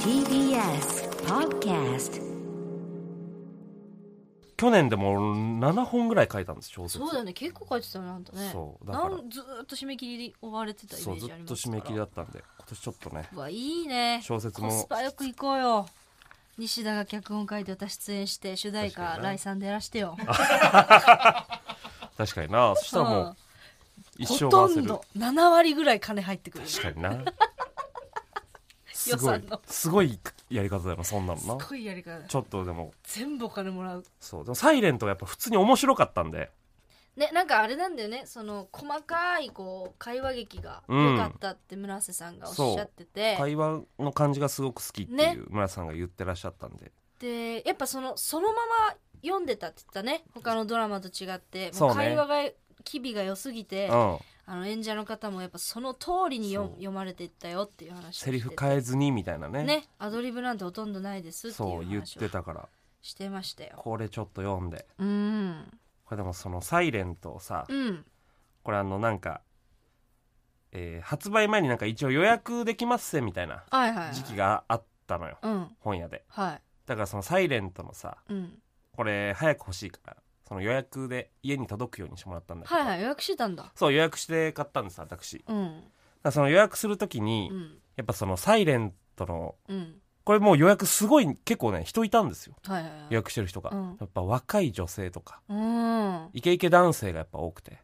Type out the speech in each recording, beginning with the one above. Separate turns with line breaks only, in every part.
TBS Podcast
去年でも7本ぐらい書いたんです小説
そうだよね結構書いてたよねあんたね
そうだから
なんずーっと締め切りに追われてたイメ
そう
ー
ず
ジあり
っ
ます
と
から
締め切りだったんで今年ちょっとね
うわいいね
小説も
コスパよく行こうよ西田が脚本書いて私出演して主題
確か
歌
にな
来さんでやらしてよ
確かになそしたらも
う
うん一生
ほと
回せ
ん
る
ど7割ぐらい金入ってくる
確かになす
予
ごい
算の
すごいやり方だよなそんなのな
すごいやり方だ
ちょっとでも
全部お金もらう
そうでも「サイレントがやっぱ普通に面白かったんで
ねなんかあれなんだよねその細かいこう会話劇が
うん
良かったって村瀬さんがおっしゃってて、
会話の感じがすごく好きってい
ね
う村さんが言ってらっしゃったんで
でやっぱそのそのまま読んでたって言ってたね他のドラマと違って
そう
も
ね
う会話が機微が良すぎて、
うん
あの演者の方もやっぱその通りに
そう
読読まれていったよっていう話を
セリフ
してて
変えずにみたいなね
ねアドリブなんてほとんどないですってい
そう
う
言っ
話を
てたから
してましたよ
これちょっと読んで
うん
これでもその「サイレントをさ
うん
これあのなんか、えー発売前になんか一応予約できますせみたいな
はいはいはい
時期があったのよ
うん
本屋で
は
だからその「サイレントのさ
いうん
これ早く欲しいからその予約で家に届くようにしてもらったんだけど、
はいはい予約してたんだ
そう予約して買ったんです私だか
うん
らその予約する時に、
うん
やっぱその「サイレントの
うん
これもう予約すごい結構ね人いたんですよ
はいはいはい
予約してる人が、
うん
やっぱ若い女性とか
うん
イケイケ男性がやっぱ多くて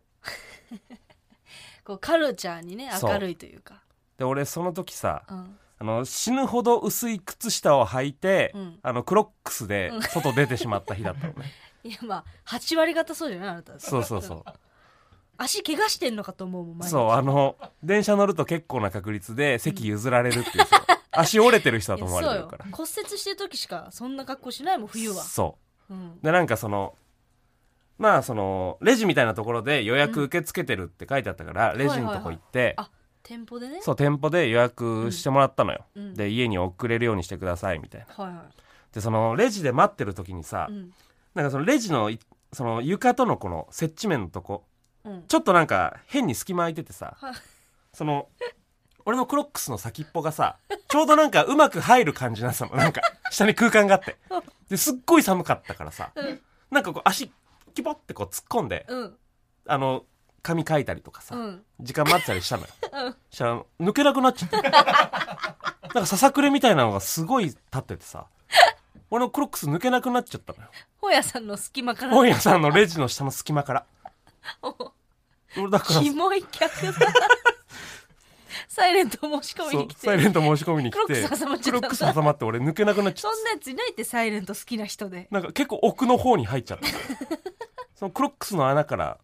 こうカルチャーにね
そう
明るいというか
で俺その時さ、
うん
あの死ぬほど薄い靴下を履いて、
うん
あのクロックスで外出てしまった日だったの ね
いやまあ8割方そうじゃないあなた
そうそうそ
足怪我してんのかと思うもん
う
毎日
そうあの電車乗ると結構な確率で席譲られるっていう さ、足折れてる人だ
い
と
や
思われ
そう
てる
よ
から
骨折してる時しかそんな格好しないもん冬は
そ
うん
うでなんかそのまあそのレジみたいなところで予約受け付けてるって書いてあったから、レジのとこ行って、
あ店舗でね
そう店舗で予約してもらったのよ、
うん
で家に送れるようにしてくださいみたいな
はいは
でそのレジで待ってる時にさ、
いうん
なんかそのレジのいその床とのこの接地面のとこ
うん
ちょっとなんか変に隙間空いててさ
はい
その俺のクロックスの先っぽがさちょうどなんかうまく入る感じになってたのなんか下に空間があってですっごい寒かったからさ
うん
なんかこう足キボってこう突っ込んで
うん
あの髪書いたりとかさ、
うん
時間待ってたりしたのよ
うん
したら抜けなくなっちゃったなんかささくれみたいなのがすごい立っててさ俺のクロックス抜けなくなっちゃったのよ
本屋さんの隙間から
本屋さんのレジの下の隙間から俺だから
キモい客 だサイレント申し込み
そう
に来て
サイレント申し込みに来
クロ
て
ックス挟まっちゃ
ク
った
ロックス挟まって俺抜けなくなっちゃ
そ
っ
んなやついないってサイレント好きな 人
た
で
なんか結構奥の方に入っ ちゃったそのクロックスの穴から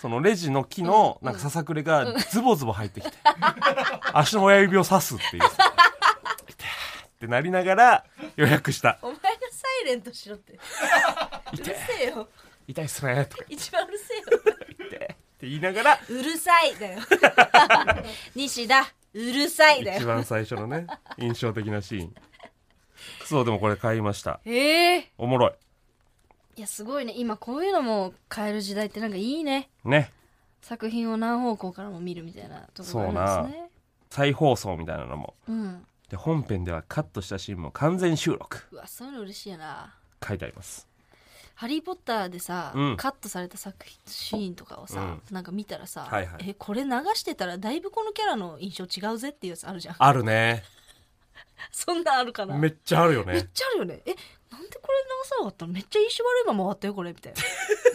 そのレジの木のなんかささくれがズボズボ入ってきて 足の親指を刺すっていうさ痛いってなりながら予約した
お前がサイレントしろってうるせえよ
痛いっすねとか
一番うるせえよ
言ってって言いながら
うるさいだよ 西田うるさいだ
一
よ
番最初のね印象的なシーンそうでもこれ買いました
ええ
おもろい
いやすごいね今こういうのも変える時代ってなんかいいね
ね
作品を何方向からも見るみたいなところがあるんですね
再放送みたいなのも
うん
で本編ではカットしたシーンも完全収録
うわそういうの嬉しいよな
書いてあります
「ハリー・ポッター」でさ、
うん
カットされた作品シーンとかをさ、なんか見たらさ、
はいはい
えこれ流してたらだいぶこのキャラの印象違うぜっていうやつあるじゃん
あるね
そんなんあるかな
めっちゃあるよ
めっ
ね
ちゃあるよねえなんでこれ流さなかったのめっちゃ印象悪いまま終わったよこれみたい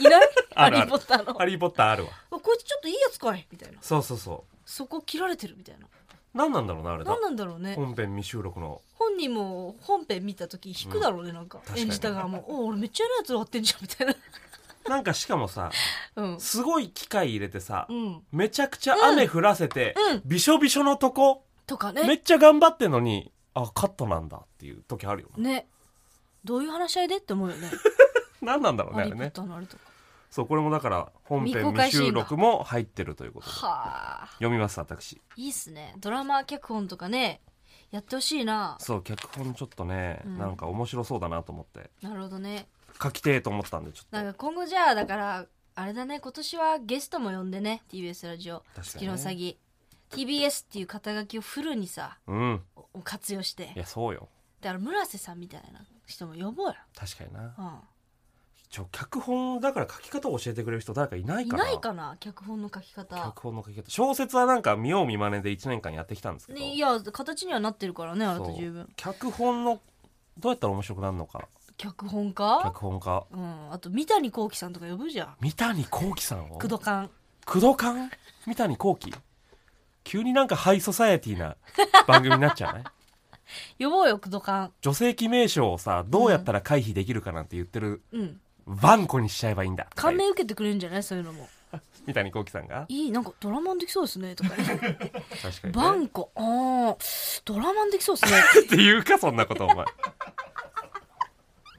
な いない
あ
ハ
る
リ
ある
ー・ポッターの
ハリー・ポッターあるわ
あこいつちょっといいやつかいみたいな
そうそうそ
そこ切られてるみたいな
う何なんだろうなあれな
何なんだろうね
本編未収録の
本人も本編見た時引くだろうね、なんか
確かに
演じた 側も「おう俺めっちゃ嫌なやつ終わってんじゃん」みたいな
なんかしかもさ
うん
すごい機械入れてさ、
うん
めちゃくちゃ雨降らせて、
うん
びしょびしょのとこと
か
め
ね
っちゃ頑張ってんのにあカットなんだっていう時あるよな
ねどういう話し合いでって思うよね
何なんだろう
ハ
ねあ
リ
れ
ー・ポッ
ね
ターのあれとか
そうこれもだから本編
未公開
未
シー
収
ンが
録も入ってるということで
はあ
読みます私
いいっすねドラマ脚本とかねやってほしいな
そう脚本ちょっとね、
うん
なんか面白そうだなと思って
なるほどね
書きてえと思ったんでちょっと
なんか今後じゃあだからあれだね今年はゲストも呼んでね TBS ラジオ
確かにね
月のうさぎ TBS っていう肩書きをフルにさ
うん
お活用して
いやそうよ
だから村瀬さんみたいな人も呼ぼうよ、
確かにな
う、
ちょ脚本だから書き方を教えてくれる人誰かいなんい
い
かな
ないかな脚本の書き方
脚本の書き方小説はなんか見よう見まねで1年間やってきたんですけど、
ねいや形にはなってるからねあな
そ
た
う
十分
脚本のどうやったら面白くなるのか
脚本家
脚本家
うんあと三谷幸喜さんとか呼ぶじゃん
三谷幸喜さんを
工藤館
工藤館三谷幸喜急になんかハイソサエティ な番組になっちゃうね
呼ぼうよ工藤館
女性記名称をさどうやったら回避できるかなんて言ってる、
うん
ワンコにしちゃえばいいんだとか
感
言う
銘受けてくれるんじゃないそういうのも
三谷幸喜さんが
いいなんかドラマンできそうですねとかね
確かに、
バ
ね、
ンコあードラマンできそうですね
っていうかそんなことお前